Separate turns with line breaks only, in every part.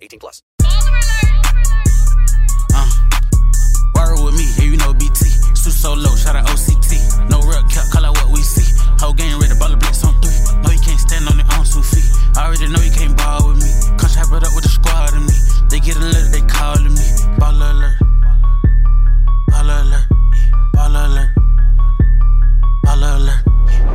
18 plus.
Uh, word with me. Here you know BT. Shoot so low. Shout out OCT. No real cap. Call out what we see. Whole game ready. Ball blitz on three. No, you can't stand on it on two feet. I already know you can't ball with me. Come chop it up with the squad and me. They get alert. They calling me. Ball alert. Baller alert. Baller alert. Baller alert.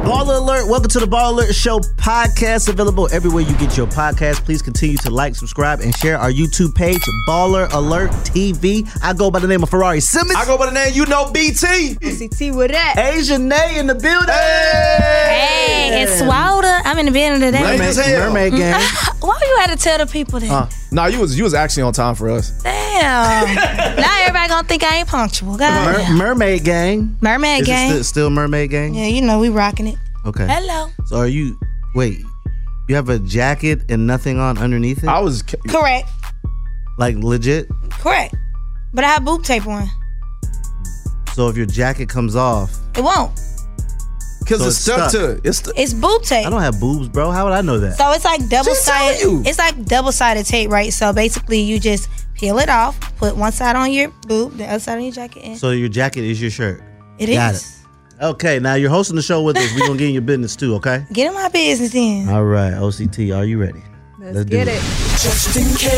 Baller Alert, welcome to the Ball Alert Show podcast, available everywhere you get your podcast. Please continue to like, subscribe, and share our YouTube page, Baller Alert TV. I go by the name of Ferrari Simmons.
I go by the name, you know, BT.
CT, what up?
Asian Nay in the building.
Hey, hey it's Swalda. I'm in the building today.
Mermaid, Mermaid Gang.
Why you had to tell the people that? Uh,
nah, you was you was actually on time for us.
Damn. now everybody gonna think I ain't punctual. God.
Mer- mermaid Gang.
Mermaid
Is it
Gang.
sti- still Mermaid Gang?
yeah, you know we rocking it.
Okay.
Hello.
So are you? Wait, you have a jacket and nothing on underneath it?
I was ca-
Correct.
like legit.
Correct. But I have boob tape on.
So if your jacket comes off,
It won't.
because
So
it's
it's
stuck,
stuck.
to it. It's stu-
It's boob tape.
I don't have boobs, bro. How would I know that?
So it's like double
Just tell you.
sided. It's like double sided tape, right? So basically, you just peel it off, put one side on your boob, the other side on your jacket, and
So your jacket is your shirt.
it
got
is.
Okay, now you're hosting the show with us. We're gonna get in your business too, okay?
Get in my business then.
All right, OCT, are you ready?
Let's, get
do
it.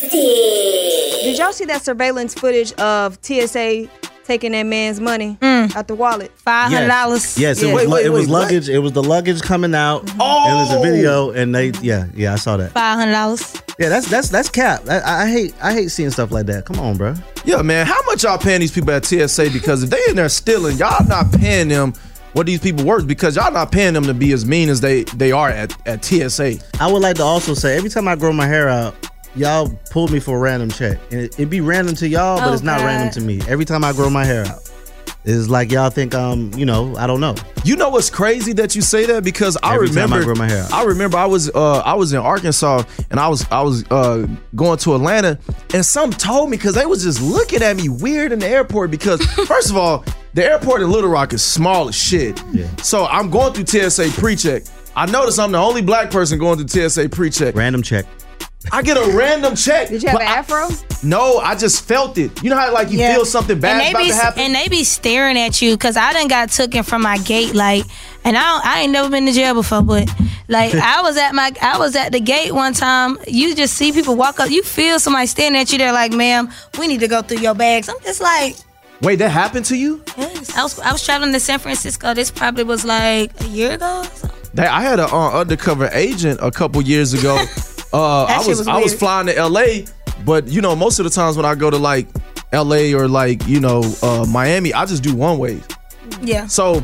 Did y'all see that surveillance footage of TSA taking that man's money out the wallet?
Mm. Five hundred
Yes,
dollars.
yes it
Yeah.
was.
Wait,
lu-
wait,
it was
wait, what?
luggage. It was the luggage coming out.
Oh!
and there's a video, and they, yeah, yeah, I saw that.
Five hundred dollars.
Yeah, that's that's that's cap. I, I hate I hate seeing stuff like that. Come on, bro.
yeah, man. How much y'all paying these people at TSA? Because if they in there stealing, y'all not paying them what these people worth. Because y'all not paying them to be as mean as they they are at at TSA.
I would like to also say every time I grow my hair out, y'all pull me for a random check. And it, it be random to y'all, but
Oh,
it's not
God.
random to me. Every time I grow my hair out, it's like y'all think um you know I don't know.
You know what's crazy that you say that because I
Every time I
remember
grow my hair out.
I remember I was uh I was in Arkansas and I was I was uh going to Atlanta and some told me because they was just looking at me weird in the airport because first of all the airport in Little Rock is small as shit.
Yeah.
So I'm going through TSA pre-check. I notice I'm the only black person going through TSA pre-check.
Random check.
I get a random check.
Did you have
but
an
I-
afro?
no, I just felt it. You know how like you
Yeah.
feel something
and
bad
they
about
be
to happen.
and they be staring at you because I done got taken from my gate like and I don't, I ain't never been to jail before but like I was at my I was at the gate one time you just see people walk up you feel somebody standing at you they're like ma'am we need to go through your bags I'm just like
Wait, that happened to you?
I was I was traveling to San Francisco this probably was like a year ago or something.
They, I had an uh, undercover agent a couple years ago. Uh, I
shit
was,
was
I was
weird.
flying to LA, but you know most of the times when I go to like LA or like you know uh, Miami, I just do one way.
yeah
So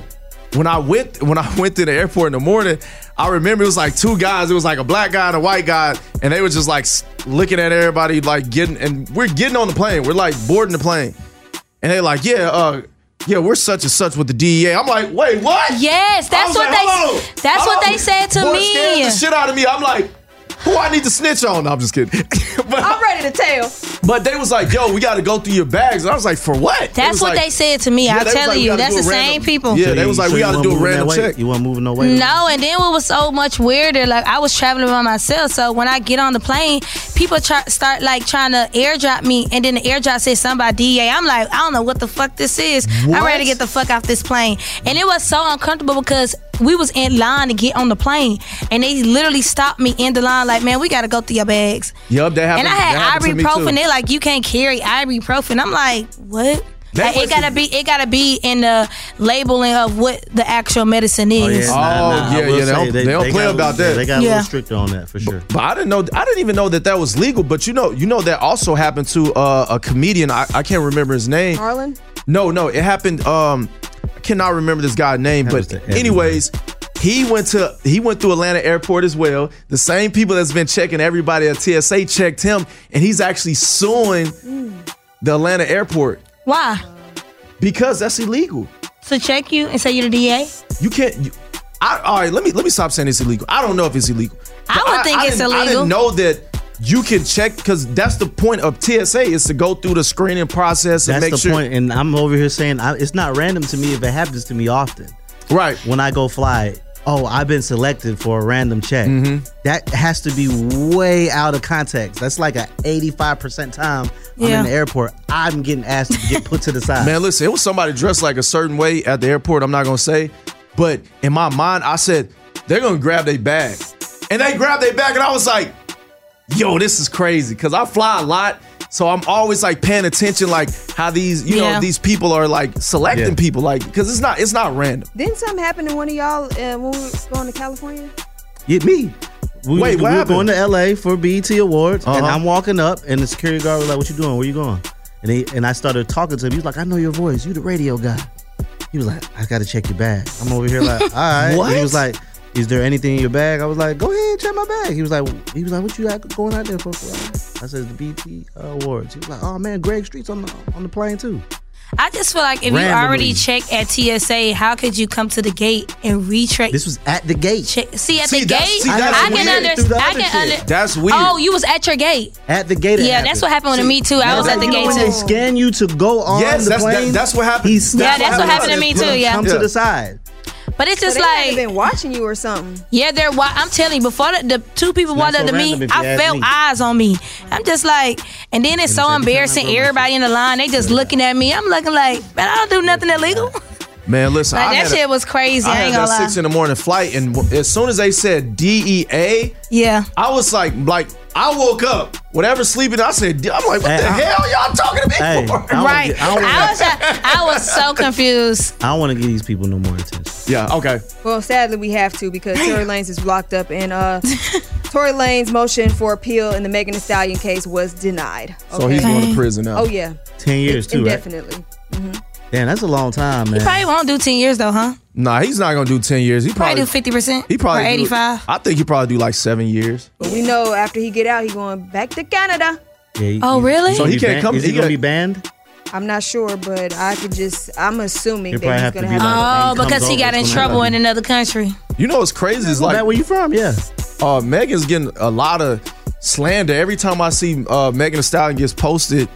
when I went when I went to the airport in the morning, I remember it was like two guys. It was like a black guy and a white guy, and they were just like s- looking at everybody, like getting. And we're getting on the plane. We're like boarding the plane, and they're like, "Yeah, uh,
yeah, we're such and such with the
E
DEA. I'm like, wait, what?
Yes,
I
that's
was
what
like,
they-
"Hold on."
that's what
I'm-
they said to
boy,
me.
scared the shit out of me. I'm like, who I need to snitch on? No, I'm just kidding.
I'm ready to tell.
But they was like, yo, we got to go through your bags. And I was like, for what?
That's
was
what
like-
they said to me.
Yeah,
I'm
they was
telling
like, we
you,
gotta
that's
do
the
a
same
random-
people.
Yeah, they was like, we got to do a random
way?
check.
You want moving no way?
No, and then what was so much weirder, like I was traveling by myself. So when I get on the plane, people try, start like trying to airdrop me, and then the airdrop said something about DEA. I'm like, I don't know what the fuck this is. I'm ready to get the fuck off this plane. And it was so uncomfortable because we was in line to get on the plane, and they literally stopped me in the line, like, man, we gotta go through your bags.
Yup, that happened.
and I
that
had
happened to me too.
ibuprofen. They're like, you can't carry ibuprofen. I'm like, what?
That
Like, it
was
gotta be it gotta be in the labeling of what the actual medicine
Oh,
is.
yeah, nah, nah, I
yeah,
will
yeah, they
say
don't- they don't play
got a
about
little-
that.
They got a
Yeah.
little stricter on that for sure.
But I didn't know. I didn't even know that that was legal. But you know, you know that also happened to uh, a comedian. I, I can't remember his name.
Harlan?
No, no, it happened. Um, I cannot remember this guy's name. But anyways, he went to he went through Atlanta Airport as well. The same people that's been checking everybody at TSA checked him, and he's actually suing the Atlanta Airport
Why?
because that's illegal.
So check you and say you're the DA?
You can't. You, I, all right, let me let me stop saying it's illegal. I don't know if it's illegal.
I
But
would think it's
didn't- I
illegal.
didn't know that you can check because that's the point of TSA is to go through the screening process and
That's
make
the
sure.
point, And I'm over here saying I, it's not random to me if it happens to me often.
Right.
When I go fly, oh, I've been selected for a random check.
Mm-hmm.
That has to be way out of context. That's like a 85% time I'm
Yeah.
in the airport. I'm getting asked to get put to the side.
Man, listen, it was somebody dressed like a certain way at the airport. I'm not gonna say, but in my mind, I said they're gonna grab their bag, and they grabbed their bag, and I was like, "Yo, this is crazy," because I fly a lot. So I'm always like paying attention, like how these, you
Yeah.
know, these people are like selecting people, like because it's not, it's not random.
Didn't something happen to one of y'all uh, when we was going to California?
Get me. We,
Wait,
we
what
were
happened? Uh-huh.
going to LA for BET Awards, and I'm walking up, and the security guard was like, "What you doing? Where you going?" And he and I started talking to him. He was like, "I know your voice. You the radio guy." He was like, "I got to check your bag." I'm over here like, "All right." And He was
What?
like, "Is there anything in your bag?" I was like, "Go ahead, check my bag." He was like, "He was like, what you got going out there for?" I said, "The BET Awards." He was like, "Oh man, Greg Street's on the on the plane too."
I just feel like if you
Randomly.
already check at TSA, how could you come to the gate and retrack?
This was at the gate.
Check, see at
See,
the
that's-
gate.
see, that's
I
weird.
can
Through
understand.
the
I
other
can
shit.
under-
That's
weird.
Oh, you was at your gate.
At the gate. it
Yeah, that's what happened to me, too. I
Now
was
that
at the
you know
gate,
when They
too.
scan you to go on
Yes,
the
that's- that-
plane.
that's what happened.
He
Yeah,
snapped
that's what
you up.
happened to me, too, yeah.
Come
Yeah.
to the side.
But it's
So
just
they might have
like
been watching you or something.
yeah, they're. Wa- I'm telling you, before the, the two people
It's not
walked
so
up to me,
random if you
I
ask
felt
me.
eyes on me. I'm just like, and then it's so embarrassing. Everybody in the line, they just looking at me. I'm looking like, man, I don't do nothing illegal.
Man, listen,
Like
I
that
had a-
shit was crazy.
I
I
had
ain't
that
gonna lie.
six in the morning flight, and w- as soon as they said DEA,
yeah,
I was like, like I woke up, whatever sleeping. I said, D- I'm like, what
Hey,
the
I-
hell y'all talking to me
Hey,
for?
I wanna
Right.
get- I wanna-
I was I was so confused.
I don't want to give these people no more attention.
Yeah. Okay.
Well, sadly, we have to because Tory Lanez is locked up, and uh, Tory Lanez' motion for appeal in the Megan Thee Stallion case was denied.
So he's
Okay?
going to prison now.
Oh yeah,
Ten years too, right?
indefinitely.
Mm-hmm.
Damn, that's a long time,
He
man.
probably won't do ten years though, huh?
Nah, he's not going to do ten years. He
Probably
probably,
do fifty percent.
he probably
or
do-
eighty five.
I think he probably do like seven years.
But we know after he get out, he going back to Canada.
Yeah, he-
Oh,
he-
really?
he
So
gonna
he
be
can't
ban-
come-
Is he,
he
gonna
got-
be banned?
I'm not sure, but I could just I'm assuming
He'll
that he's
probably have
gonna
to be
have.
like-
Oh,
When he
because
comes
he
over,
got in
it's gonna
trouble in
happen.
another country.
You know what's crazy is
Go
like
back where you from? Yeah.
Uh, Megan's getting a lot of slander every time I see uh, Megan Thee Stallion gets posted.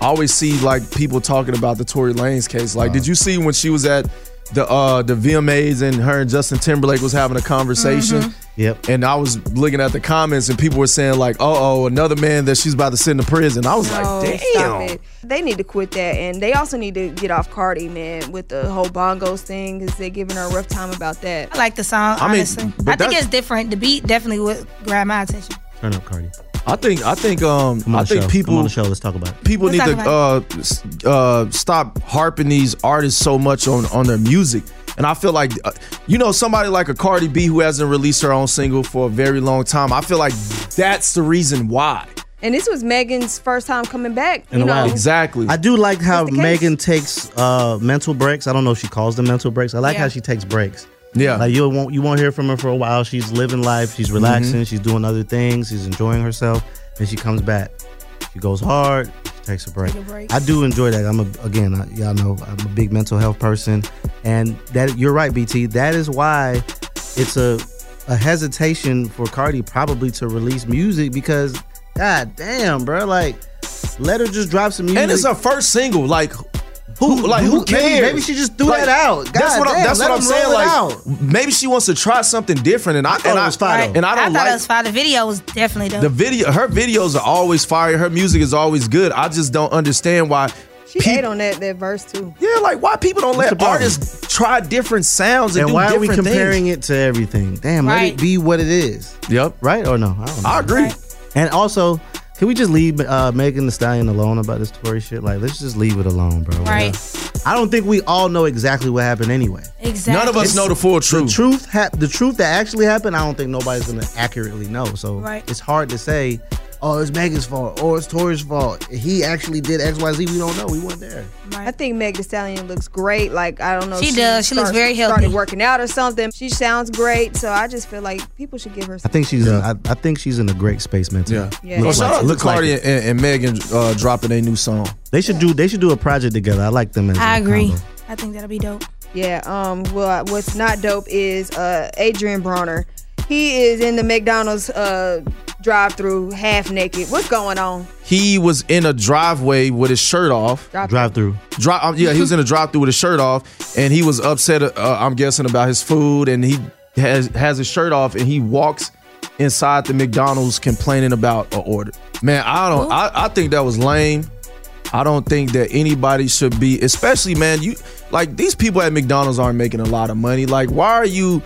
I always see like people talking about the Tory Lanez case. Like,
Uh-huh.
did you see when she was at the uh, the VMAs and her and Justin Timberlake was having a conversation?
Mm-hmm.
Yep.
And I was looking at the comments and people were saying like, "Oh, oh, another man that she's about to send to prison." I was
No,
like,
stop
"Damn."
it. They need to quit that, and they also need to get off Cardi, man, with the whole bongos thing, because they're giving her a rough time about that.
I like the song,
I mean,
honestly.
but
I think
that's-
it's different. The beat definitely would grab my attention.
Turn up, Cardi.
I think I think um
Come on
I
the
think
show.
people
Come on the show. Let's talk about it.
people
Let's
need to
talk
uh, s- uh, stop harping these artists so much on, on their music. And I feel like, uh, you know, somebody like a Cardi B who hasn't released her own single for a very long time, I feel like that's the reason why.
And this was Megan's first time coming back.
in
you
a
know,
while.
Exactly.
I do like how Megan takes uh, mental breaks. I don't know if she calls them mental breaks. I like
Yeah.
how she takes breaks.
Yeah.
Like you won't you won't hear from her for a while. She's living life. She's relaxing. She's doing other things. She's enjoying herself. Then she comes back. She goes hard. takes a break.
Take a break.
I do enjoy that. I'm a, again, I, y'all know I'm a big mental health person, and that you're right, BT. That is why it's a a hesitation for Cardi probably to release music because, god damn, bro, like let her just drop some music.
And it's her first single. Like who? Like
who-
who
maybe-
cares?
maybe she just threw
Like,
that out.
that's
God
what I'm,
damn,
that's
let
what I'm
them roll
saying.
it
Like
out. Oh,
maybe she wants to try something different. And I, and I And I
I
don't
thought it
like
was fire. The video was definitely dope.
the video. Her videos are always fire. Her music is always good. I just don't understand why.
She ate on that, that verse too.
Yeah, like why people don't
What's the
let
problem?
artists try different sounds and,
and
do
why are we
different
comparing it to everything? Damn, let
Right.
it be what it is.
Yep.
Right or no? I, don't know.
I agree.
And also, can we just leave uh, Megan the Stallion alone about this Tory shit? Like, let's just leave it alone, bro.
Right.
I don't think we all know exactly what happened anyway.
Exactly.
It's- The truth, hap- the truth that actually happened, I don't think nobody's gonna accurately know. So
Right.
it's hard to say, oh, it's Megan's fault or it's Tori's fault. He actually did X, Y, Z. We don't know. We weren't there.
I think Meg Thee Stallion looks great. Like I don't know.
She does. She looks very healthy.
Started working out or something. She sounds great. So I just feel like people should give her.
I
Some.
think she's. In, I, I think she's in a great space mentally. Yeah.
Yeah. Well,
shout out to Cardi
and, Megan uh, dropping a new song. They should do. They should do a project together. I like them. As
I
a
agree.
combo.
I think that'll be dope.
Yeah. Um. Well, what's not dope is uh Adrian Bronner. He is in the McDonald's uh drive-through half naked. What's going on?
He was in a driveway with his shirt off.
Drive-
through.
Drive. um, yeah, he was in a drive through with his shirt off, and he was upset. Uh, I'm guessing about his food, and he has has his shirt off, and he walks inside the McDonald's complaining about an order. Man, I don't. I, I think that was lame. I don't think that anybody should be, especially man. You like these people at McDonald's aren't making a lot of money. Like, why are you?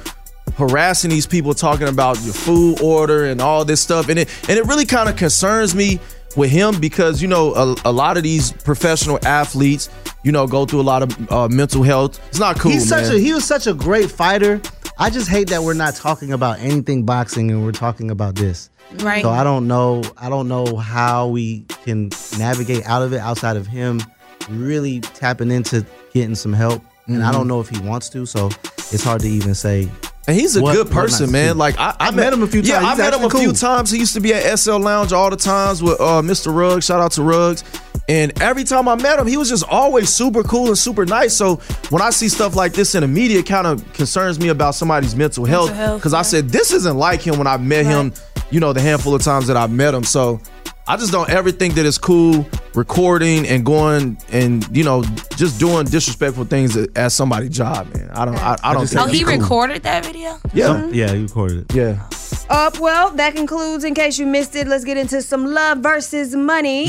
harassing these people talking about your food order and all this stuff and it and it really kind of concerns me with him because you know a, a lot of these professional athletes you know go through a lot of uh, mental health it's not cool
He's such
man.
a. He was such a great fighter. I just hate that we're not talking about anything boxing and we're talking about this.
Right.
So I don't know. I don't know how we can navigate out of it outside of him really tapping into getting some help. And I
Mhm.
don't know if he wants to. So it's hard to even say.
And he's a
what-
good
what not
person,
to
man.
do.
Like I, I
I've met him a few
Yeah,
times.
I
He's
met him a
actually
few
cool.
times. He used to be at SL Lounge all the times with uh, Mr. Ruggs. Shout out to Ruggs. And every time I met him, he was just always super cool and super nice. So when I see stuff like this in the media, it kind of concerns me about somebody's mental health.
health,
Because I said this isn't like him when I met him. You know, the handful of times that I met him. So. I just don't ever think that it's cool recording and going and you know just doing disrespectful things at, at somebody's job, man. I don't. I, I don't. think
oh,
that's
he
cool.
recorded that video. Oh.
Yeah.
Yeah, you recorded it.
Yeah.
Uh, well, that concludes. In case you missed it, let's get into some love versus money.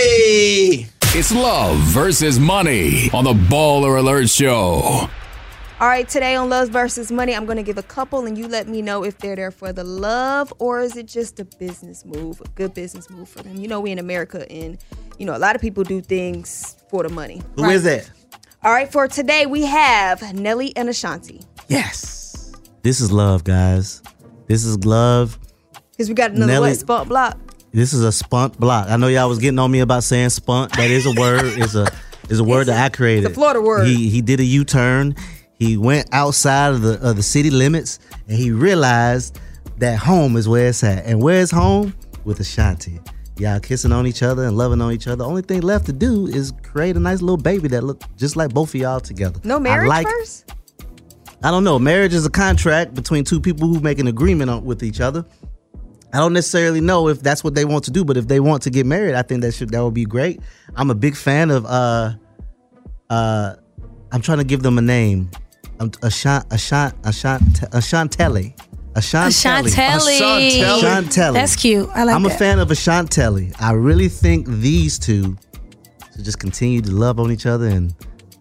Hey! It's love versus money on the Baller Alert Show.
All right, today on Love versus Money, I'm going to give a couple and you let me know if they're there for the love or is it just a business move, a good business move for them. You know, we in America and, you know, a lot of people do things for the money.
Who is that?
All right, for today, we have Nelly and Ashanti
Yes. This is love, guys. This is love.
because we got another
Nelly-
what, spot block.
This is a spunt block. I know y'all was getting on me about saying spunt. That is a word. It's a is a word that I created.
it's a Florida word.
He he did a U turn. He went outside of the of the city limits and he realized that home is where it's at. And where's home? With Ashanti. Y'all kissing on each other and loving on each other. Only thing left to do is create a nice little baby that look just like both of y'all together.
No
I
marriage
like
first?
I don't know. Marriage is a contract between two people who make an agreement on, with each other. I don't necessarily know if that's what they want to do, but if they want to get married, I think that should that would be great. I'm a big fan of uh uh I'm trying to give them a name. I'm Ashant Ashant Ashant Ashantelle. Ashantelle.
Ashantelli. Ashantelli.
Ashantelli.
That's cute. I like
I'm a
that.
fan of Ashantelli. I really think these two should just continue to love on each other and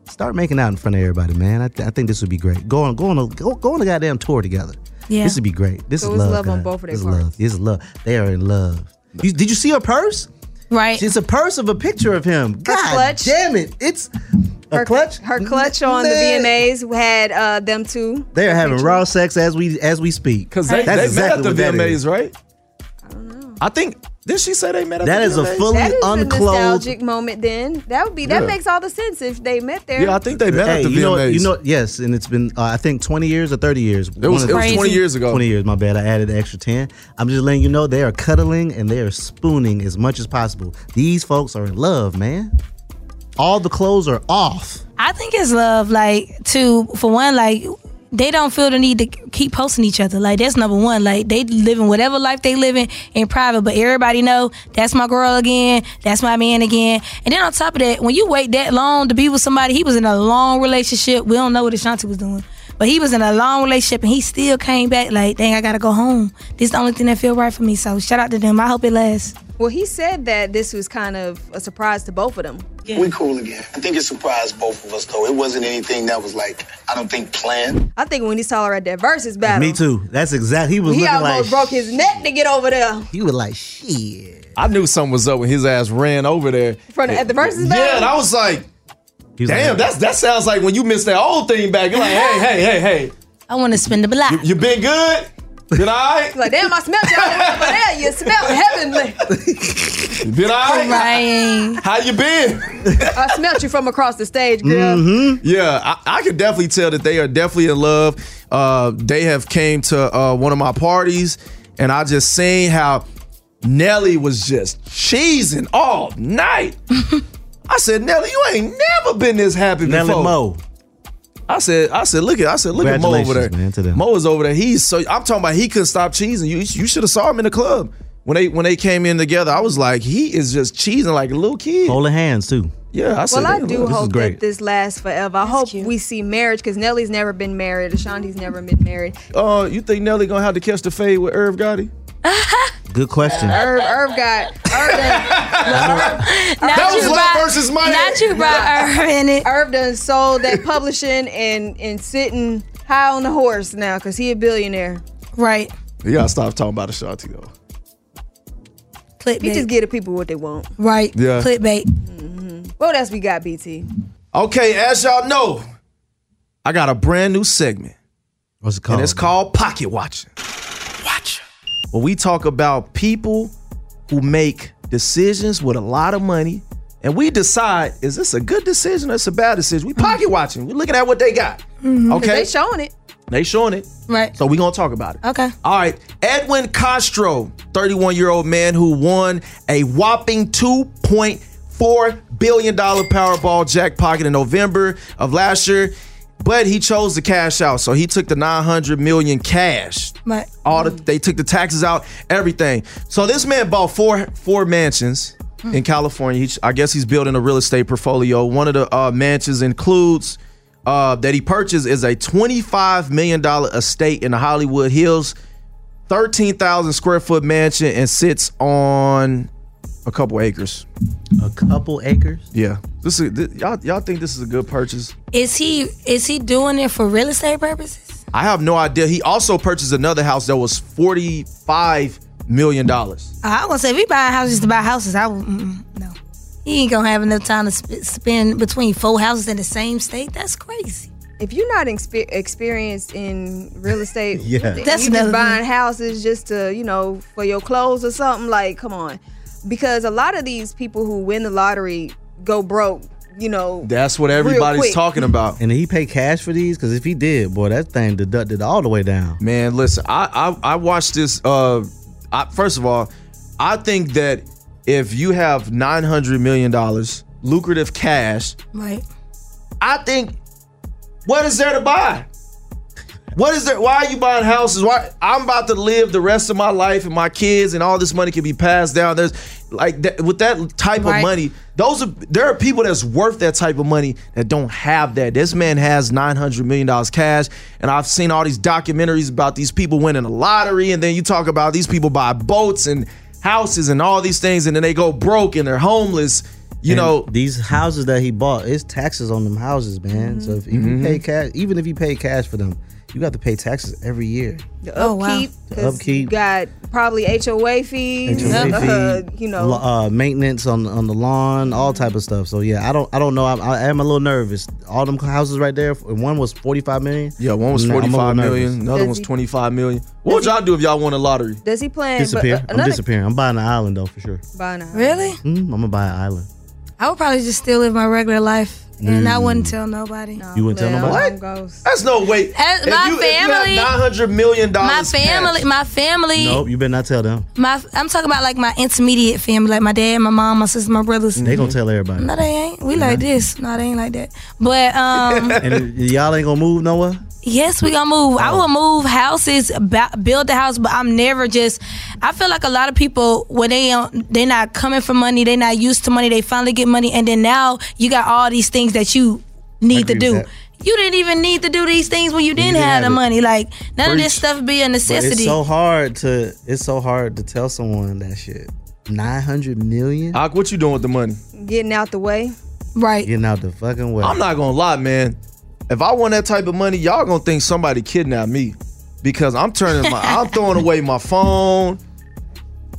start making out in front of everybody, man. I, th- I think this would be great. Go on, go on, a, go, go on a goddamn tour together.
Yeah.
This would be great. This is
So it's
love.
love on
guys.
both of their
This is
parts.
love. This is love. They are in love. You- did you see her purse?
Right.
It's a purse of a picture of him. God
clutch.
damn it. It's a clutch.
Her clutch on the
Man.
VMAs had uh, them two.
They are having raw sex as we as we speak. Because
they- they met at the VMAs, right? I think
Did she say they met up?
That
at
is
the
a
LA?
fully
That is a nostalgic moment. Then that would be that
Yeah.
makes all the sense if they met there.
hey, you know,
VMAs.
You know, yes, and it's been uh, I think twenty years or thirty years. It
was- it was 20 Crazy. years ago.
Twenty years, my bad. I added an extra ten. I'm just letting you know they are cuddling and they are spooning as much as possible. These folks are in love, man. All the clothes are off.
I think it's love. Like, to for one, like they don't feel the need to keep posting each other. Like that's number one. Like they living whatever life they living in private, but everybody know that's my girl again, that's my man again. And then on top of that, when you wait that long to be with somebody, he was in a long relationship. We don't know what Ashanti was doing. But he was in a long relationship and he still came back like, dang, I gotta go home. This is the only thing that feel right for me. So shout out to them. I hope it lasts.
Well, he said that this was kind of a surprise to both of them.
We cool again. I think it surprised both of us though. It wasn't anything that was like I don't think planned.
I think when he saw her at that versus battle,
Me too. That's exactly. He was
he
looking
almost
like
broke his neck to get over there.
he was like shit.
I knew something was up when his ass ran over there.
From the- at the versus battle?
Yeah, and I was like, damn, that's that sounds like when you missed that old thing back. You're like, hey, hey, hey, hey.
I wanna spend the block.
You been good? Been all right?
Like damn, I smelled you over there. You smelled heavenly.
You Been all right? How you been?
I smelled you from across the stage, girl.
Mm-hmm. Yeah, I, I can definitely tell that they are definitely in love. Uh, they have came to uh, one of my parties, and I just seen how Nelly was just cheesing all night. I said, Nelly, you ain't never been this happy
Nelly
before.
Moe.
I said, I said, look at, I said, look at Mo over there.
Congratulations, man, to them.
Mo is over there. He's so I'm talking about he couldn't stop cheesing. You you should have saw him in the club when they when they came in together. I was like, he is just cheesing like a little kid.
Holding hands too.
Yeah, I said,
well, I
"Damn,
do
this is
hope
great."
that this lasts forever. I hope we see marriage because Nelly's never been married. Ashanti's never been married.
Uh, you think Nelly gonna have to catch the fade with Irv Gotti?
Good question.
Irv, Irv got Irv
Not
That
you was Love brought- versus Money. not you brought Irv in it.
Irv done sold Oh, that publishing and and sitting high on the horse now because he a billionaire.
Right.
You gotta stop talking about Ashanti though.
He just give the people what they want.
Right.
Yeah.
Clickbait.
What else we got, BT?
Okay, as y'all know, I got a brand new segment.
What's it
called? And it's called Pocket Watching. Watch. Where we talk about people who make decisions with a lot of money, and we decide is this a good decision or it's a bad decision. We pocket watching. We looking at what they got.
'Cause
Okay.
they showing it.
They showing it.
Right.
So we gonna talk about it.
Okay.
All right. Edwin Castro, 31 year old man who won a whopping 2.4 billion dollar Powerball jackpot in November of last year, but he chose to cash out. So he took the 900 million cash.
Right.
All the, they took the taxes out, everything. So this man bought four four mansions
Hmm.
in California. He, I guess he's building a real estate portfolio. One of the uh, mansions includes uh, that he purchased is a twenty five million dollar estate in the Hollywood Hills, thirteen thousand square foot mansion, and sits on a couple acres.
A couple acres.
Yeah, this is thi- y'all. Y'all think this is a good purchase?
Is he is he doing it for real estate purposes?
I have no idea. He also purchased another house that was forty five million dollars.
Uh, I was gonna say if we buy houses to buy houses. I would- mm, mm, no. He ain't gonna have enough time to sp- spend between four houses in the same state. That's crazy.
If you're not exper- experienced in real estate,
Yeah. That's
you just
another
buying
thing.
houses just to you know for your clothes or something. Like, come on, because a lot of these people who win the lottery go broke. You know,
That's what
real quick.
about.
And he pay cash for these? Because if he did, boy, that thing deducted all the way down.
Man, listen, I I, I watched this. Uh, I, first of all, I think that if you have nine hundred million dollars lucrative cash,
Right.
I think what is there to buy? What is there? Why are you buying houses? Why I'm about to live the rest of my life and my kids and all this money can be passed down. There's like that, with that type
Right.
of money, those are there are people that's worth that type of money that don't have that. This man has 900 million dollars cash, and I've seen all these documentaries about these people winning the lottery, and then you talk about these people buy boats and houses and all these things, and then they go broke and they're homeless. You
And
know,
these houses that he bought, it's taxes on them houses, man. So if, if you
Mhm.
pay cash, even if you pay cash for them, You got to pay taxes every year.
The
Oh,
upkeep.
The
'cause You
upkeep.
got probably HOA fees.
HOA
uh,
fee,
you know.
lo- uh, maintenance on on the lawn, all type of stuff. So yeah, I don't I don't know. I, I am a little nervous. All them houses right there. One was forty five million.
Yeah, one was
Nah, I'm a
forty
little
five
nervous.
million. Another
Does
one's
he-
twenty five million. What would y'all do if y'all won a lottery?
Does he plan?
Disappear.
But, uh,
I'm
another-
disappearing. I'm buying an island though for sure.
Bye now.
Really?
Mm, I'm gonna buy an island.
Oh,
I would probably just still live my regular life, and I wouldn't tell nobody.
You wouldn't tell nobody.
What? That's no way.
As my family-
nine hundred million
My
dollars.
family, my family,
Nope, you better not tell them.
my I'm talking about like my intermediate family, like my dad, my mom, my sister, my brothers.
They gonna tell everybody.
No, they ain't. We like
Mm-hmm.
this. No, they ain't like that. But um,
and y'all ain't gonna move nowhere.
Yes, we gonna move.
Oh,
I will move houses, ba- build the house, but I'm never just. I feel like a lot of people when they don't, they not coming for money, they not used to money. They finally get money, and then now you got all these things that you need to
agree
do.
with
You didn't even need to do these things when you didn't
have
have the
it.
money. Like none of
Preach.
this stuff be a
But
necessity.
it's so hard to it's so hard to tell someone that shit. Nine hundred million.
Ak, what you doing with the money?
Getting out the way.
Right.
Getting out the fucking way.
I'm not gonna lie, man. If I won that type of money, y'all gonna think somebody kidnapped me because I'm turning my. I'm throwing away my phone.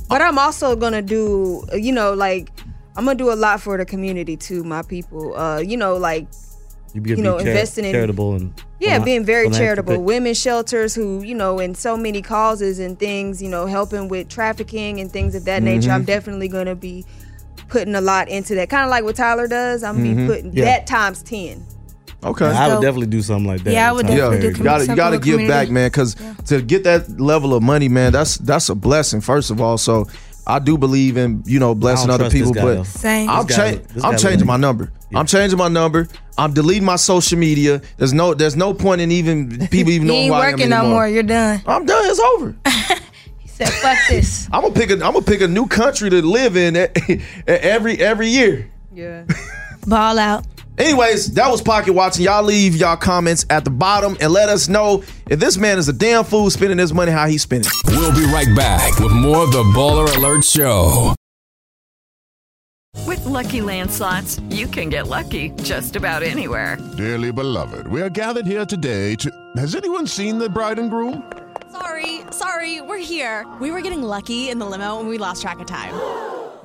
But I'm also gonna do, you know, like I'm gonna do a lot for the community too, my people. Uh, you know, like
You,
you know, investing in-
charitable and
yeah,
philan-
being very charitable.
philanthropic.
Women shelters who, you know, in so many causes and things, you know, helping with trafficking and things of that nature.
Mhm.
I'm definitely gonna be putting a lot into that. Kind of like what Tyler does. I'm gonna
Mhm.
be putting
Yeah.
that times ten.
Okay,
Yeah, I would definitely do something like that.
Yeah, I would
Tyler
definitely
Perry.
do
You gotta, you gotta give back, man, because to get that level of money, man, that's that's a blessing, first of all. So I do believe in you know blessing
I don't
other
trust this
people,
guy, though.
but
Same.
I'm,
This guy-
cha-
this guy
I'm
look
changing
like-
my number. I'm changing my number. I'm deleting my social media. There's no there's no point in even people even
you
knowing who
ain't
I am
working no
anymore.
more. You're done.
I'm done. It's over.
he said, "Fuck this."
I'm gonna pick a I'm gonna pick a new country to live in e- e- every every year.
Yeah.
Ball out.
Anyways, that was Pocket Watching. Y'all leave y'all comments at the bottom and let us know if this man is a damn fool spending his money how he spending.
We'll be right back with more of the Baller Alert Show.
With Lucky Land slots, you can get lucky just about anywhere.
Dearly beloved, we are gathered here today to. Has anyone seen the bride and groom?
Sorry, sorry, we're here. We were getting lucky in the limo and we lost track of time.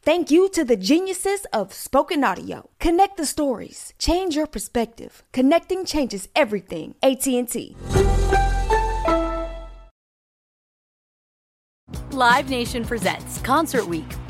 Thank you to the geniuses of spoken audio. Connect the stories. Change your perspective. Connecting changes everything. AT&T.
Live Nation presents Concert Week.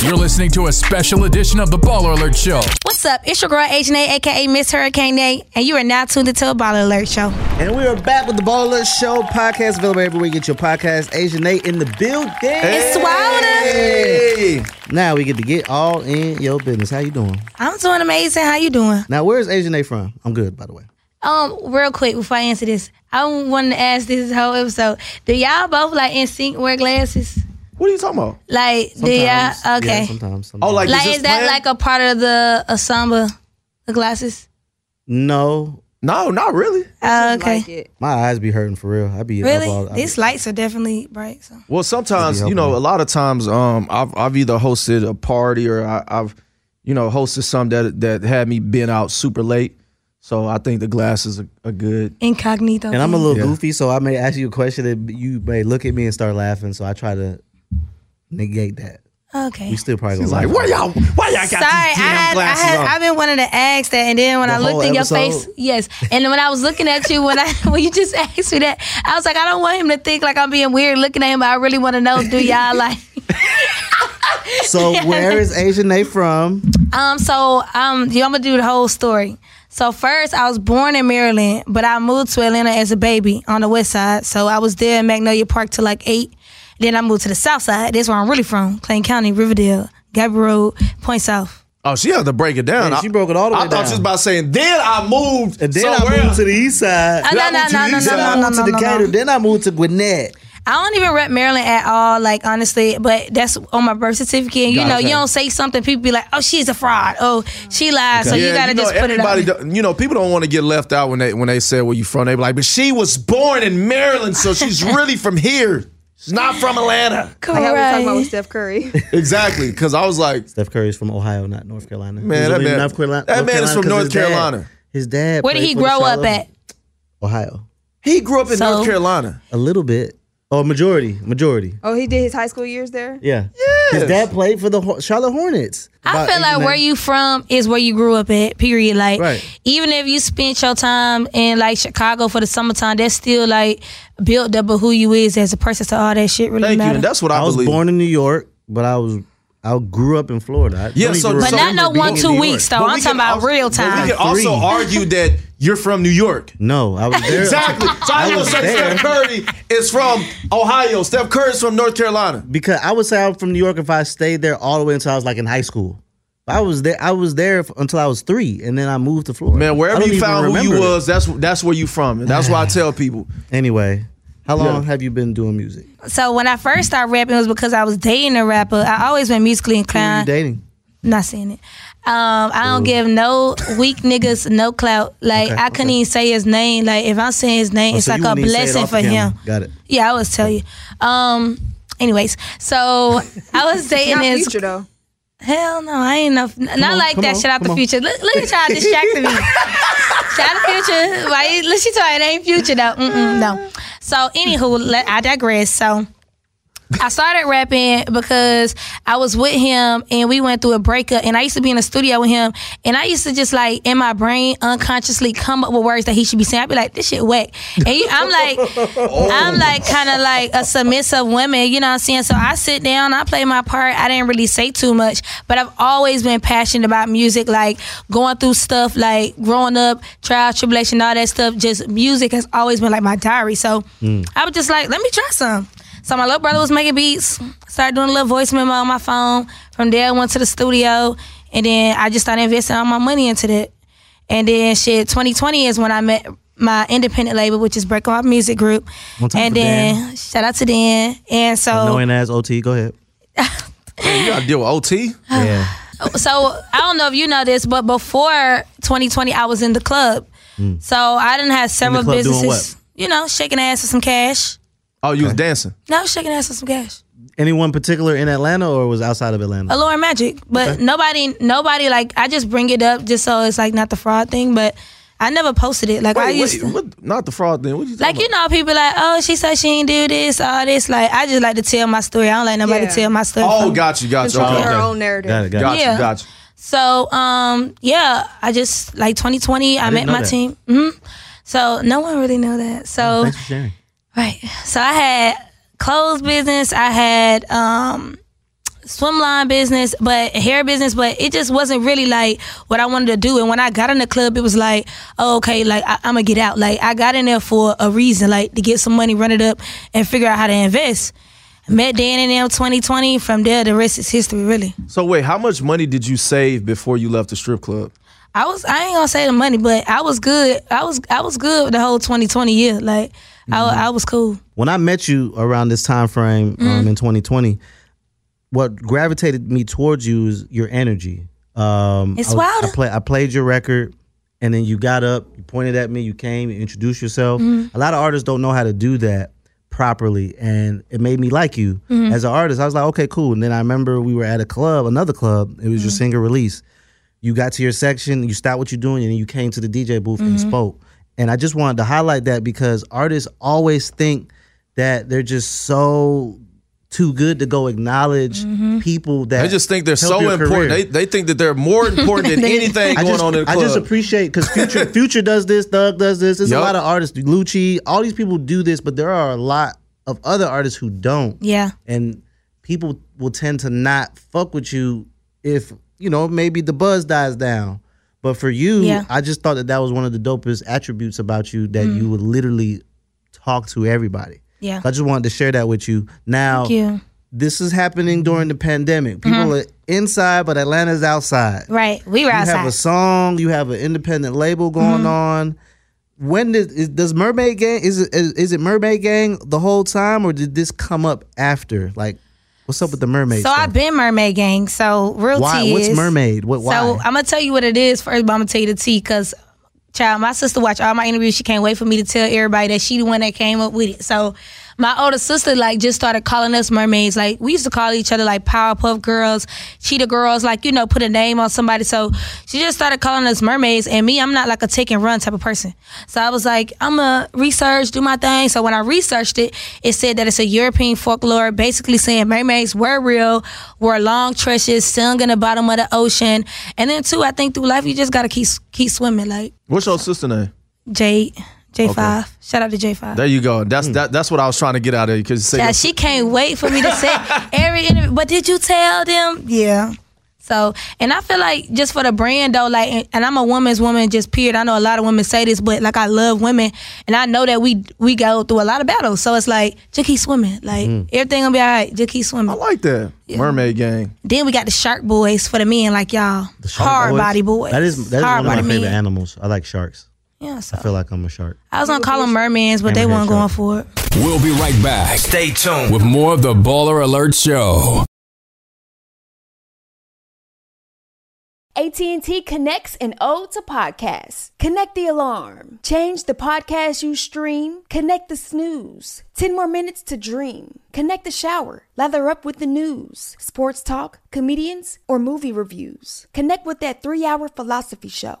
You're listening to a special edition of the Baller Alert Show.
What's up? It's your girl Agent A, aka Miss Hurricane A, and you are now tuned into a Baller Alert Show.
And we are back with the Baller Show podcast. Available everywhere you get your podcast. Asian Nate in the building.
It's
Hey. Now we get to get all in your business. How you doing?
I'm doing amazing. How you doing?
Now, where's Asian Nate from? I'm good, by the way.
Um, real quick before I answer this, I wanted to ask this
Oh,
whole episode. Do y'all both like in sync wear glasses?
What are you talking about?
Like, do y'all?
Sometimes. Yeah,
Okay.
sometimes,
Oh, like,
like,
is,
is,
this
that
planned?
like a part of the uh, samba, the glasses?
No.
No, not really.
Uh, okay.
My eyes be hurting for real. I be
really?
Up all, I be-
These lights are definitely bright. So.
Well, sometimes you know, a lot of times, um, I've I've either hosted a party or I, I've, you know, hosted some that that had me been out super late. So I think the glasses are, are good.
Incognito.
and I'm a little
Yeah.
goofy, so I may ask you a question and you may look at me and start laughing. So I try to negate that.
Okay.
We still probably gonna
She's like,
laugh.
why y'all? Why y'all got
Sorry, I
these damn
had, I
glasses
had,
on?
I've been wanting to ask that, and then when
The
I looked
whole
in your
episode?
face, yes, and then when I was looking at you, when I when you just asked me that, I was like, I don't want him to think like I'm being weird looking at him. But I really want to know, do y'all like?
So where is Asian they from?
Um, so um, yeah, I'm gonna do the whole story. So first, I was born in Maryland, but I moved to Atlanta as a baby on the west side. So I was there in Magnolia Park till like eight. Then I moved to the south side. That's where I'm really from: Clayton County, Riverdale, Gabriel Road, Point South.
Oh, she had to break it down.
Yeah, she broke it all the
I
way
thought
down.
she was about saying. Then I moved.
And then I moved to the east side.
Uh, no, no, no, no,
Then
no,
I
no,
moved
no,
to
no, no.
Decatur. Then I moved to Gwinnett.
I don't even rep Maryland at all, like honestly. But that's on my birth certificate. And you know,
Gotcha.
you don't say something, people be like, "Oh, she's a fraud. Oh, she lied." So you gotta
know,
just put it
everybody
out.
do- you know, people don't want to get left out when they when they say where you from. They be like, but she was born in Maryland, so she's really from here. She's not from
Like
Atlanta.
I was talking
Correct.
about with Steph Curry.
Exactly, because I was like,
Steph Curry's from Ohio, not North Carolina.
Man,
He's
that
only
man-
North Carolina.
that man is from
'cause
North
his dad-
Carolina.
his dad.
Where did
played
he
for the
grow up
Charlotte-
at?
Ohio.
He grew up in
So-
North Carolina.
A little bit. Oh, majority, majority.
Oh, he did his high school years there.
Yeah. His dad played for the Ho- Charlotte Hornets.
I
About
feel like
89.
where you from is where you grew up at. Period. Like
Right.
even if you spent your time in like Chicago for the summertime, that's still like built up of who you is as a person. So all that shit really matters.
what I
was
believe.
born in New York, but I was I grew up in Florida. I
Yeah,
only
so-
grew
But
up
not
in
no
being
one,
in
two
New York.
weeks, though.
But
I'm
we
talking
can
about
also-
real
but We
time.
can also
Three.
argue that you're from New York.
No, I was there.
Exactly. So
I
I'm gonna
was
say
there
Steph Curry is from Ohio. Steph Curry's from North Carolina.
because I would say I'm from New York if I stayed there all the way until I was like in high school. But I was there. I was there f- until I was three, and then I moved to Florida.
Man,
I
wherever
don't
you
even
found who you
remember it.
was, that's that's where you from. And that's why I tell people.
Anyway, how
Yeah.
long have you been doing music?
So when I first started rapping, it was because I was dating a rapper. I always been musically
Who
inclined.
you dating?
Not saying it. Um, I don't give no weak niggas no clout. Like
Okay,
I couldn't
okay.
even say his name. Like if I'm saying his name,
Oh,
it's
so
like
you
a
wouldn't even say it
blessing
off
for
the
him.
camera. Got it.
Yeah, I always tell you. Um, anyways, so I was dating
Not
his.
future though.
Hell no, I ain't no, not
on,
like
come
that
on,
shit out the
come on.
future. Look, look at y'all distracting me. Shout out future. Why? you- Look, she told me it ain't future though. Mm-mm, no. So anywho, let, I digress. So. I started rapping because I was with him and we went through a breakup and I used to be in the studio with him and I used to just like in my brain unconsciously come up with words that he should be saying. I'd be like, this shit whack. And you, I'm like, I'm like kind of like a submissive woman, you know what I'm saying? So I sit down, I play my part. I didn't really say too much, but I've always been passionate about music, like going through stuff, like growing up, trial, tribulation, all that stuff. Just music has always been like my diary. So
Mm.
I was just like, let me try some. So my little brother was making beats. Started doing a little voice memo on my phone. From there, I went to the studio, and then I just started investing all my money into that. And then shit, 2020 is when I met my independent label, which is Break Off Music Group.
One time
and
for
then
Dan.
shout out to Dan. And so
Knowing as OT, go ahead.
Man, you gotta deal with OT.
Yeah.
so I don't know if you know this, but before 2020, I was in the club. So I didn't have several
Mm. club doing
businesses.
what?
You know, shaking ass for some cash.
Oh, you was dancing.
No, shaking ass for some cash.
Anyone particular in Atlanta or was outside of Atlanta?
Allure and Magic. But
Okay.
nobody, nobody like I just bring it up just so it's like not the fraud thing. But I never posted it. Like I
Wait,
used
wait,
to.
what, not the fraud thing. What you
Like you know, people like, oh, she said she ain't do this, all this. Like I just like to tell my story. I don't let nobody
Yeah.
tell my story.
Oh,
for me.
got you, got you.
Control
Okay.
her
okay.
own narrative.
Got it, got it.
Yeah.
Got you,
So um, yeah, I just like 2020. I,
I
met
didn't know
my
that. Oh,
team. hmm So no one really knew that. So
Thanks for sharing.
Right. So I had clothes business, I had um swim line business, but hair business, but it just wasn't really like what I wanted to do. And when I got in the club, it was like, oh, okay, like I- I'm gonna get out. Like I got in there for a reason, like to get some money, run it up, and figure out how to invest. Met Dan and them 2020. From there, the rest is history. Really,
So wait, how much money did you save before you left the strip club?
I was I ain't gonna say the money, but I was good. I was I was good the whole 2020 year. Like I I was cool.
when I met you around this time frame um, in 2020, what gravitated me towards you is your energy. Um,
It's
I
wild.
I, play, I played your record, and then you got up, you pointed at me, you came, you introduced yourself.
Mhm.
A lot of artists don't know how to do that properly, and it made me like you
Mhm.
as an artist. I was like, okay, cool. And then I remember we were at a club, another club. It was your single release. You got to your section, you stopped what you're doing, and then you came to the DJ booth and
Mhm.
spoke. And I just wanted to highlight that because artists always think that they're just so too good to go acknowledge people that
They just think they're
help
so
your
important.
career.
They, they think that they're more important than anything
I
going
just,
on in the
I
club.
just appreciate because Future Future does this, Thug does this. There's
Yup.
a lot of artists, Lucci, all these people do this, but there are a lot of other artists who don't.
Yeah.
And people will tend to not fuck with you if you know maybe the buzz dies down. But for you,
Yeah.
I just thought that that was one of the dopest attributes about you that you would literally talk to everybody.
Mm. Yeah.
I just wanted to share that with you. Now,
Thank you. Mm-hmm.
this is happening during the pandemic. People are inside, but Atlanta's outside.
Right. We
You
were
have
outside. Mm-hmm.
a song. You have an independent label going on. When did is, does Mermaid Gang is it is, is it Mermaid Gang the whole time or did this come up after? Like, what's up with the mermaid?
So
stuff?
I've been mermaid gang. So real
why?
tea
What's
is-
mermaid? What? Why?
So I'm gonna tell you what it is first, but I'm gonna tell you the tea because child, my sister watch all my interviews. She can't wait for me to tell everybody that she the one that came up with it. So my older sister like just started calling us mermaids. Like we used to call each other like Powerpuff Girls, Cheetah Girls. Like you know, put a name on somebody. So she just started calling us mermaids. And me, I'm not like a take and run type of person. So I was like, I'm gonna research, do my thing. So when I researched it, it said that it's a European folklore, basically saying mermaids were real, were long tresses, sung in the bottom of the ocean. And then too, I think through life you just gotta keep keep swimming. Like
What's your sister name?
J J five. Shout out to J five.
There you go. That's that, that's what I was trying to get out of you because
Yeah, she can't wait for me to say every interview. But did you tell them? Yeah. So, and I feel like just for the brand though, like, and, and I'm a woman's woman, just period. I know a lot of women say this, but like, I love women, and I know that we we go through a lot of battles. So it's like, just keep swimming. Like
Mm.
everything gonna be all right. Just keep swimming. I
like that mermaid gang.
Then we got the shark boys for the men, like y'all,
Shark
hard
boys?
body boys.
That is that is
hard
one
body
of my favorite
men.
animals. I like sharks.
Yeah, so.
I feel like I'm a shark.
I was gonna call them mermaids, but they weren't going for it.
We'll be right back. Stay tuned with more of the Baller Alert Show.
AT&T connects an O to podcasts. Connect the alarm. Change the podcast you stream. Connect the snooze. 10 more minutes to dream. Connect the shower. Lather up with the news, sports talk, comedians, or movie reviews. Connect with that 3-hour philosophy show.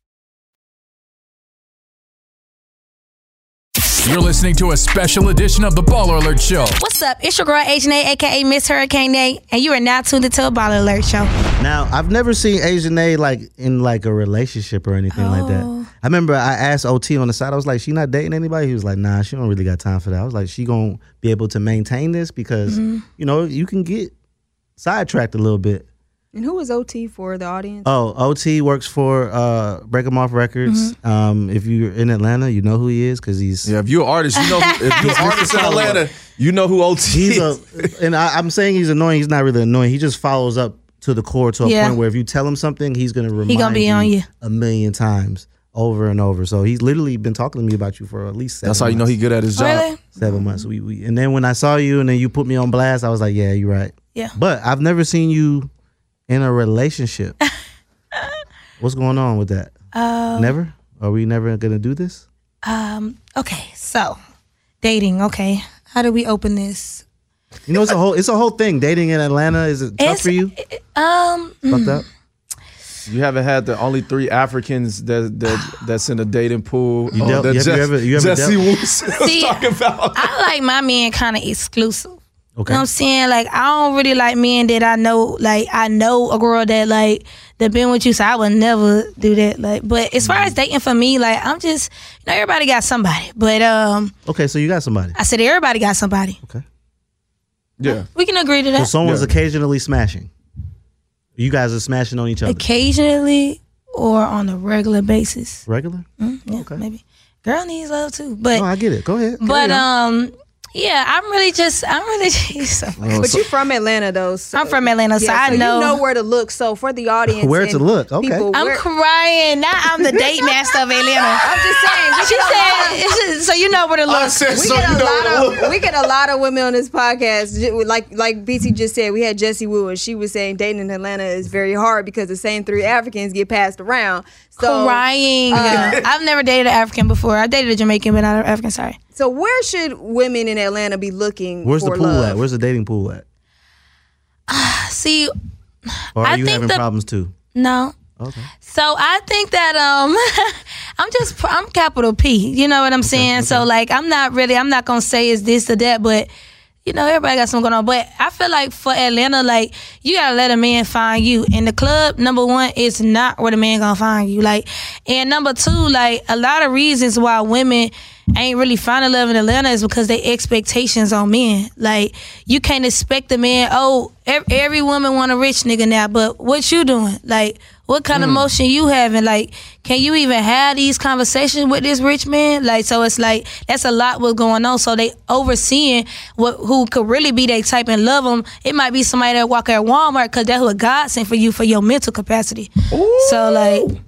You're listening to a special edition of the Baller Alert Show.
What's up? It's your girl Agent A, aka Miss Hurricane A, and you are now tuned into a Baller Alert Show.
Now, I've never seen Asian A like in like a relationship or anything like that.
Oh.
I remember I asked OT on the side. I was like, "She not dating anybody?" He was like, "Nah, she don't really got time for that." I was like, "She gonna be able to maintain this because
Mm-hmm.
Mhm.
you know you can get sidetracked a little bit."
And who is OT for the audience?
Oh, OT works for uh, Break 'Em Off Records.
Mm-hmm.
Um, if you're in Atlanta, you know who he is because he's yeah.
If you're an artist, you know who, if you're an artist in Atlanta, you know who OT
he's a, and I, I'm saying he's annoying. He's not really annoying. He just follows up to the core to a
Yeah.
point where if you tell him something, he's gonna remind
gonna be on you.
a million times over and over. So he's literally been talking to me about you for at least. Seven
That's how you know
months.
he good at his job. Really?
Seven months. We, we and then when I saw you and then you put me on blast, I was like, yeah, you're right.
Yeah.
But I've never seen you in a relationship. What's going on with that?
Um,
never. Are we never gonna do this?
Um. Okay. So, dating. Okay. How do we open this?
You know, it's a whole it's a whole thing. Dating in Atlanta is it tough
It's-
for you?
Um.
Fucked up.
You haven't had the only three Africans that that that's in a dating pool.
You
Oh,
dealt-
that
have you ever- you ever
Jesse
dealt-
Wilson was
See,
talking about.
I like my men kind of exclusive.
Okay.
You know what I'm saying? Like I don't really like men that I know like I know a girl that like that been with you, so I would never do that. Like, but as far
Mm.
as dating for me, like I'm just, you know, everybody got somebody. But um,
Okay, so you got somebody.
I said everybody got somebody.
Yeah.
We can agree to
So
that.
someone's occasionally smashing. You guys are smashing on each other.
occasionally or on a regular basis.
Regular?
Mm, yeah, maybe. Girl needs love too, but
no, I get it. Go ahead. Carry
but
on.
um, yeah, I'm really just, I'm really just.
Oh,
but
so-
you from Atlanta though. So.
I'm from Atlanta, so
Yeah,
I
so
know.
you know where to look. So for the audience,
Where to
and
look, okay.
people,
I'm
where-
crying. Now I'm the date master of Atlanta.
I'm just saying, we
She
get a lot
said,
of-
it's just- so you know where to look.
we get a lot of we get a lot of women on this podcast. J- Like like BT just said, we had Jessie Wu, and she was saying dating in Atlanta is very hard because the same three Africans get passed around. So
crying.
Uh,
I've never dated an African before. I dated a Jamaican, but not an African. Sorry.
so where should women in Atlanta be looking?
Where's the
for
pool
love?
at? Where's the dating pool at?
See,
Or are
I
you
think
having
the-
problems too?
no.
Okay.
So I think that um I'm just I'm capital P. You know what I'm saying? So like I'm not really I'm not gonna say it's this or that, but you know everybody got something going on. But I feel like for Atlanta, like you gotta let a man find you. And the club number one is not where the man gonna find you. Like and number two, like a lot of reasons why women ain't really finding love in Atlanta is because they expectations on men. Like you can't expect a man. Oh, ev- every woman want a rich nigga now, but what you doing? Like what kind
Hmm.
of motion you having? Like, can you even have these conversations with this rich man? Like, so it's like that's a lot what's going on. So they overseeing what who could really be their type and love them. It might be somebody that walk at Walmart because that's who a God sent for you for your mental capacity. So like,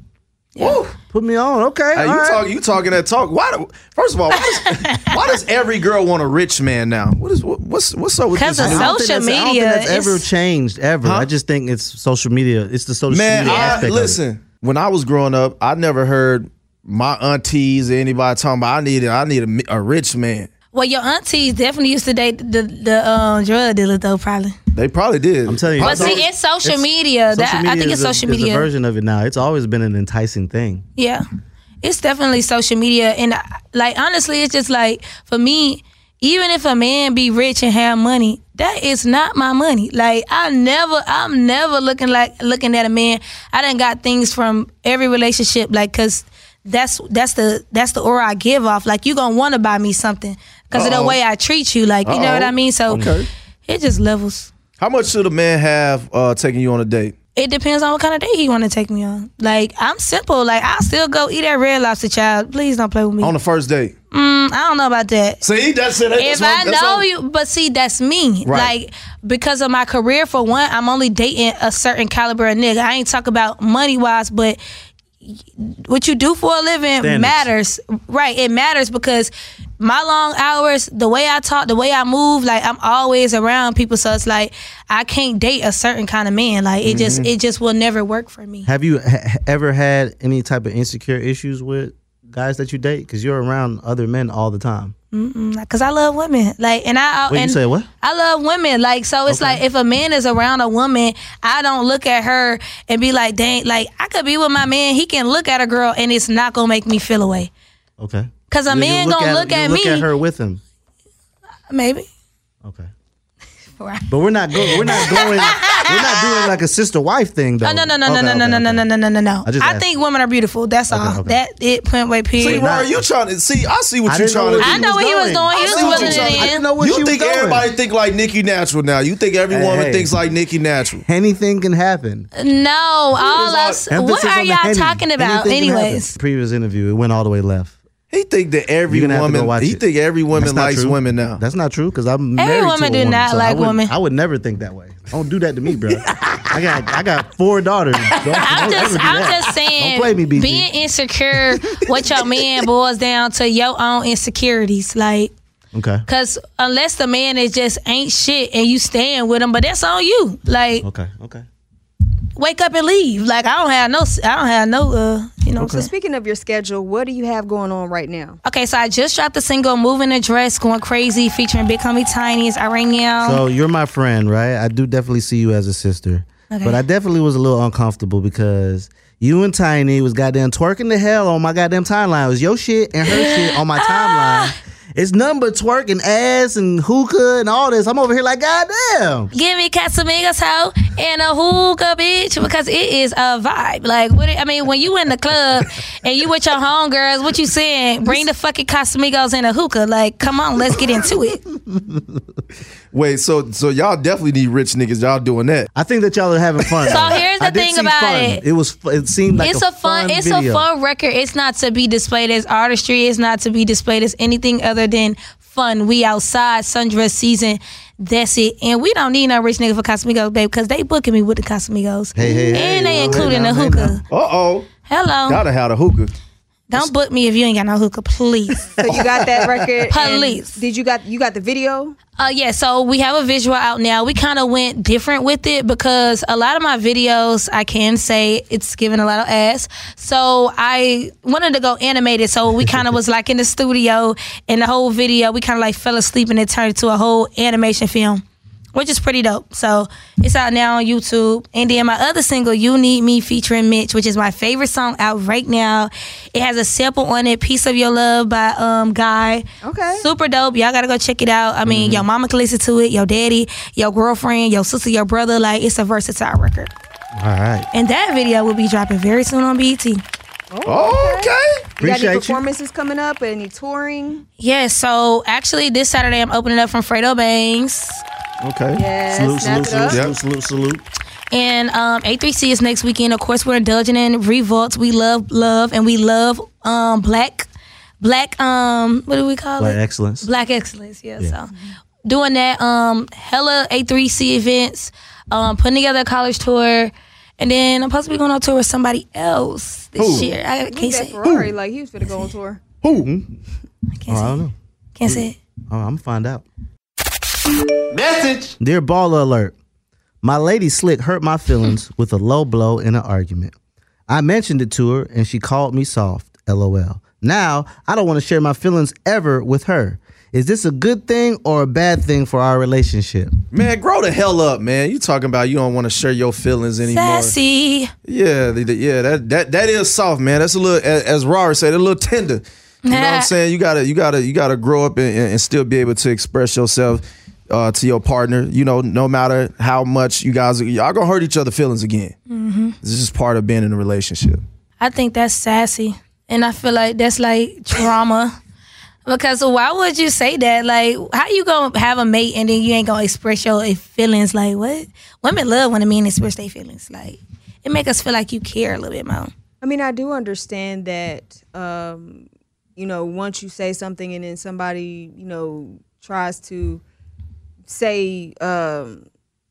Put me on, okay?
Hey, you talk, you talking that talk? Why? Do, first of all, why does, why does every girl want a rich man now? What is what, what's what's up with this?
I don't think that's- I don't think that's ever changed ever.
Huh?
I just think it's social media. It's the social
Man,
media
I,
aspect. of it.
listen. When I was growing up, I never heard my aunties or anybody talking about I need I need a, mi- a rich man.
well, your aunties definitely used to date the the um, drug dealer though, probably.
They probably did. I'm
telling you.
But see, it's social media. that, I think
is
it's
a-
social
is
media.
a version of it now. It's always been an enticing thing.
Yeah. It's definitely social media and I- like honestly it's just like for me even if a man be rich and have money that is not my money. Like I never I'm never looking like looking at a man. I done got things from every relationship like cuz that's that's the that's the aura I give off. Like you going to want to buy me something cuz of the
Uh-oh.
way I treat you like you know what
Uh-oh.
I mean? So
Okay.
it just levels.
How much should a man have uh, taking you on a date?
It depends on what kind of date he want to take me on. Like I'm simple. Like I'll still go eat that red lobster, child. Please don't play with me.
On the first date.
Mm, I don't know about that.
See, that's it. That's
if
what-
I
that's
know
what-
you, but see, that's me.
Right.
Like because of my career, for one, I'm only dating a certain caliber of nigga. I ain't talk about money wise, but what you do for a living
Standards.
matters, right? It matters because my long hours, the way I talk, the way I move, like I'm always around people. So it's like I can't date a certain kind of man. Like it just,
Mhm.
it just will never work for me.
Have you ha- ever had any type of insecure issues with guys that you date? Because you're around other men all the time.
Mm-mm, Cause I love women, like, and I
Wait, you
and
said what?
I love women, like, so it's like if a man is around a woman, I don't look at her and be like, dang, like I could be with my man, he can look at a girl and it's not gonna make me feel away,
Okay.
cause a
You
man gonna look
you
at
look
me,
at her with him.
maybe.
But we're not going. We're not going. we're not doing like a sister wife thing though.
Oh, no, no, no,
Okay,
no,
okay,
no, no, no, no, no, no, no, no.
I just
I
asked.
think women are beautiful. That's all.
okay.
That it. Point way. Period.
See, Rory, you trying to see? I see what
I
you
didn't know
trying to
what
do.
he I know was what he was doing. doing. He
I
was
see what you
willing to
trying-
do. I didn't know what
you
she was
think
doing.
everybody think like Nicki Natural now? You think every
Hey,
woman
hey.
thinks like Nicki Natural?
Anything can happen.
No, all us. What
Emphasis
are
on the
y'all
Henny.
talking about,
Anything can happen.
anyways?
Previous interview, it went all the way left.
He think that every
You're gonna have to go
woman.
watch
He
it.
think every woman
That's not
likes
true.
women now.
That's not true because I'm
Every
married to a
woman do
woman,
not
so I
like
would-
women.
I would never think that way. Don't do that to me, bro. I got I got four daughters. Don't,
I'm
don't ever
just,
do
I'm
that.
just saying,
Don't play me, BG.
being insecure with your man boils down to your own insecurities. Like,
okay.
cause unless the man is just ain't shit and you staying with him, but that's on you. Like,
Okay. Okay.
wake up and leave. Like, I don't have no, I don't have no, uh, you know. What I'm
So
saying?
speaking of your schedule, what do you have going on right now?
Okay, so I just dropped the single "Moving the Dress," going crazy, featuring Big Homie Tiny's Iranian.
So you're my friend, right? I do definitely see you as a sister,
Okay.
but I definitely was a little uncomfortable because you and
Ah.
Tiny was goddamn twerking the hell on my goddamn timeline. It was your shit and her shit on my timeline, It's nothing but twerk and ass and hookah and all this. I'm over here like, goddamn.
Give me Casamigos hoe and a hookah, bitch, because it is a vibe. Like, what it, I mean, when you in the club and you with your homegirls, what you saying? Bring the fucking Casamigos and a hookah. Like, come on, let's get into it.
Wait, so so y'all definitely need rich niggas. Y'all doing that?
I think that y'all are having fun.
So here's the
I did
thing
see
about
fun.
it.
It was. fu- It seemed like
it's a, fun, it's
video.
a fun record. It's not to be displayed as artistry. It's not to be displayed as anything other than fun. We outside sundress season. That's it. And we don't need no rich nigga for Casamigos, babe, because they booking me with the Casamigos.
Hey, hey, hey,
and they
well,
including
hey
the
now, hey
hookah.
Uh oh.
Hello.
Gotta have a hookah.
Don't book me if you ain't got no hookah, please.
So you got that record? and
Police.
Did you got you got the video?
Uh, yeah, so we have a visual out now. We kind of went different with it because a lot of my videos, I can say it's giving a lot of ass. So I wanted to go animated. So we kind of was like in the studio, and the whole video, we kind of like fell asleep and it turned to a whole animation film, which is pretty dope. So it's out now on YouTube. And then my other single, You Need Me featuring Mitch, which is my favorite song out right now. It has a sample on it, Piece of Your Love by um Guy. Okay. Super dope. Y'all gotta go check it out. I
Mm-hmm.
mean, your mama can listen to it, your daddy, your girlfriend, your sister, your brother. Like it's a versatile record.
All right.
And that video will be dropping very soon on E BET.
okay. You got
Appreciate
any
you.
performances coming up? Any touring?
Yeah, so actually this Saturday I'm opening up from Fredo Bangs.
Okay.
Yes,
salute, salute,
snap
salute,
it
salute, salute, salute.
And um, A3C is next weekend. Of course, we're indulging in revolts. We love love and we love um, black, black, um, what do we call
Black
it?
excellence.
Black excellence, yeah. So doing that, um, hella A3C events, um, putting together a college tour. And then I'm supposed to be going on tour with somebody else this
Who?
year. I
He
can't
that
say.
Ferrari, like he was finna go on tour.
Who?
Oh, I don't know.
Can't say it.
Oh, I'm gonna find out.
Message.
Dear baller alert. My lady Slick hurt my feelings with a low blow in an argument. I mentioned it to her and she called me soft. LOL. Now, I don't want to share my feelings ever with her. Is this a good thing or a bad thing for our relationship?
Man, grow the hell up, man. You talking about you don't want to share your feelings anymore.
Sassy.
Yeah, the- the- yeah, that that that is soft, man. That's a little, as, as Rara said, a little tender. You know what I'm saying? You gotta, you gotta, you gotta grow up and, and- and still be able to express yourself uh, to your partner. You know, no matter how much you guys, y'all gonna hurt each other feelings again.
Mm-hmm.
This is just part of being in a relationship.
I think that's sassy. And I feel like that's like trauma. Because why would you say that? Like, how you gonna have a mate and then you ain't gonna express your feelings? Like, what? Women love when a man express their feelings. Like, it make us feel like you care a little bit more.
I mean, I do understand that, um, you know, once you say something and then somebody, you know, tries to say, um,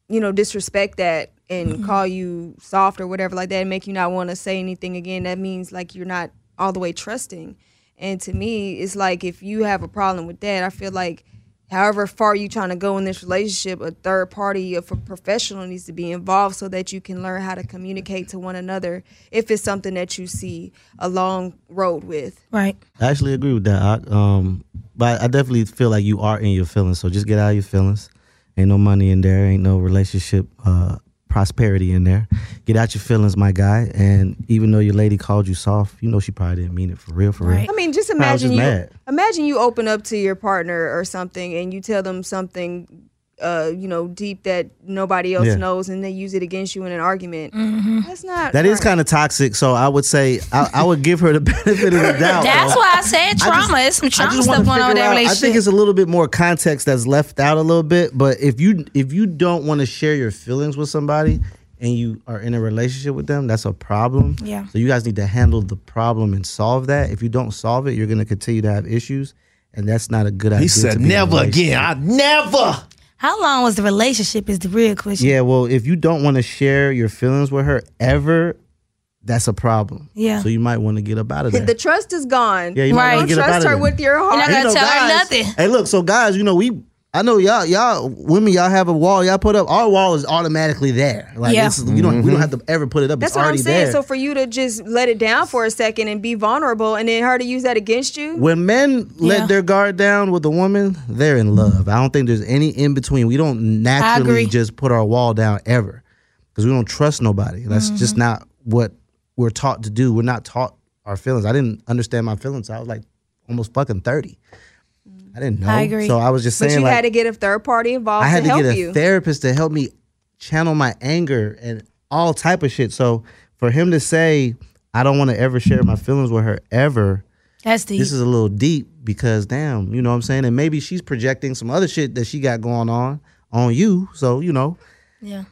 you know, disrespect that and
Mm-hmm.
Mhm.
call you soft or whatever like that and make you not want to say anything again, that means like you're not all the way trusting. And to me, it's like if you have a problem with that, I feel like however far you trying to go in this relationship, a third party, a f- professional needs to be involved so that you can learn how to communicate to one another if it's something that you see a long road with.
Right.
I actually agree with that. I, um, but I definitely feel like you are in your feelings. So just get out of your feelings. Ain't no money in there. Ain't no relationship uh, prosperity in there. Get out your feelings, my guy. And even though your lady called you soft, you know she probably didn't mean it for real. For real.
I mean, just
Probably was
imagine
just
you
mad.
imagine you open up to your partner or something, and you tell them something, uh, you know, deep that nobody else
Yeah.
knows, and they use it against you in an argument. That's not.
That is kind of toxic. So I would say I, I would give her the benefit of the doubt.
That's
though.
why I said
I just-
trauma. It's some
I
trauma
just wanna
stuff going on
figure
in
out-
that relationship.
I think it's a little bit more context that's left out a little bit. But if you if you don't want to share your feelings with somebody and you are in a relationship with them, that's a problem.
Yeah.
So you guys need to handle the problem and solve that. If you don't solve it, you're going to continue to have issues, and that's not a good idea.
He said,
to be in a
"Never again. I never."
How long was the relationship? Is the real question.
Yeah, well, if you don't want to share your feelings with her ever, that's a problem.
Yeah.
So you might want to get up out of there.
The trust is gone.
Yeah, you might wanna
Don't
get up
trust
outta
her
there.
with your heart.
Hey, look, so guys, you know we. I know y'all, y'all women, y'all have a wall. Y'all put up our wall is automatically there. Like
Yeah.
it's, we don't, we don't have to ever put it up.
That's
it's
what I'm
already
saying.
there.
So for you to just let it down for a second and be vulnerable, and then her to use that against you.
when men let
Yeah.
their guard down with a woman, they're in love. I don't think there's any in between. We don't naturally
agree.
just put our wall down ever because we don't trust nobody. That's just
Mhm.
not what we're taught to do. We're not taught our feelings. I didn't understand my feelings. till I was like almost fucking 30. I didn't know.
I agree.
So I was just
But
saying,
you
like,
had to get a third party involved
I had
to,
to,
help
get a
you.
therapist to help me channel my anger and all type of shit. So for him to say, I don't want to ever share my feelings with her ever.
That's deep.
This is a little deep because damn, you know what I'm saying? And maybe she's projecting some other shit that she got going on on you. So, you know,
Yeah.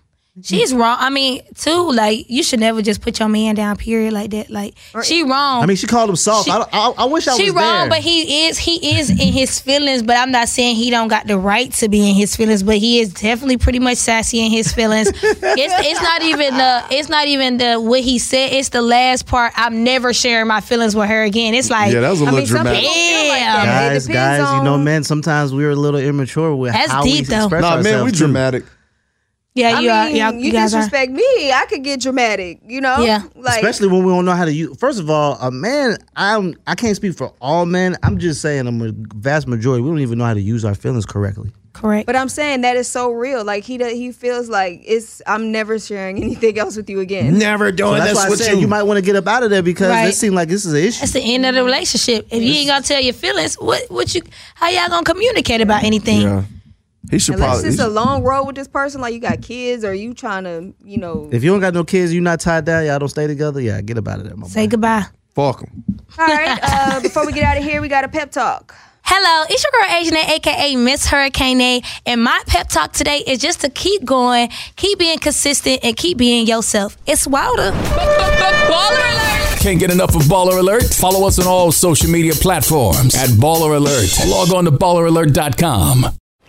She's wrong. I mean, too, like, you should never just put your man down, period, like that. Like, she wrong.
I mean, she called him soft. I, don't- I, I wish I
she
was
wrong,
there.
but he is he is in his feelings. But I'm not saying he don't got the right to be in his feelings. But he is definitely pretty much sassy in his feelings. it's it's not even the it's not even the what he said. It's the last part. I'm never sharing my feelings with her again. It's like
Yeah, that was a I little mean, some dramatic. people
Damn.
guys, guys, you know, men. Sometimes we're a little immature with
That's
how we
deep, though.
express
Nah,
ourselves.
man, we
too.
dramatic.
Yeah,
I
you are.
mean,
Yeah,
you,
you guys are.
disrespect me, I could get dramatic. You know,
Yeah.
Like,
Especially when we don't know how to use. First of all, a man, I'm I can't speak for all men. Oh, I'm just saying, I'm a vast majority. We don't even know how to use our feelings correctly.
correct.
But I'm saying that is so real. Like he does, he feels like it's. I'm never sharing anything else with you again.
So that's why I said you. might want to get up out of there because
Right.
it seems like this is an issue.
That's the end of the relationship. If you ain't gonna tell your feelings, what what you how y'all gonna communicate about anything?
Yeah. He should
Unless
probably.
it's a long road with this person, like you got kids or you trying to, you know.
If you don't got no kids, you not tied down, y'all don't stay together. Yeah, get up out of there, my
Say goodbye.
Fuck him.
All right. Uh, before we get out of here, we got a pep talk.
Hello, it's your girl Asian A, aka Miss Hurricane A, and my pep talk today is just to keep going, keep being consistent, and keep being yourself. It's Wilder.
Can't get enough of Baller Alert? Follow us on all social media platforms at Baller Alert. Log on to balleralert.com.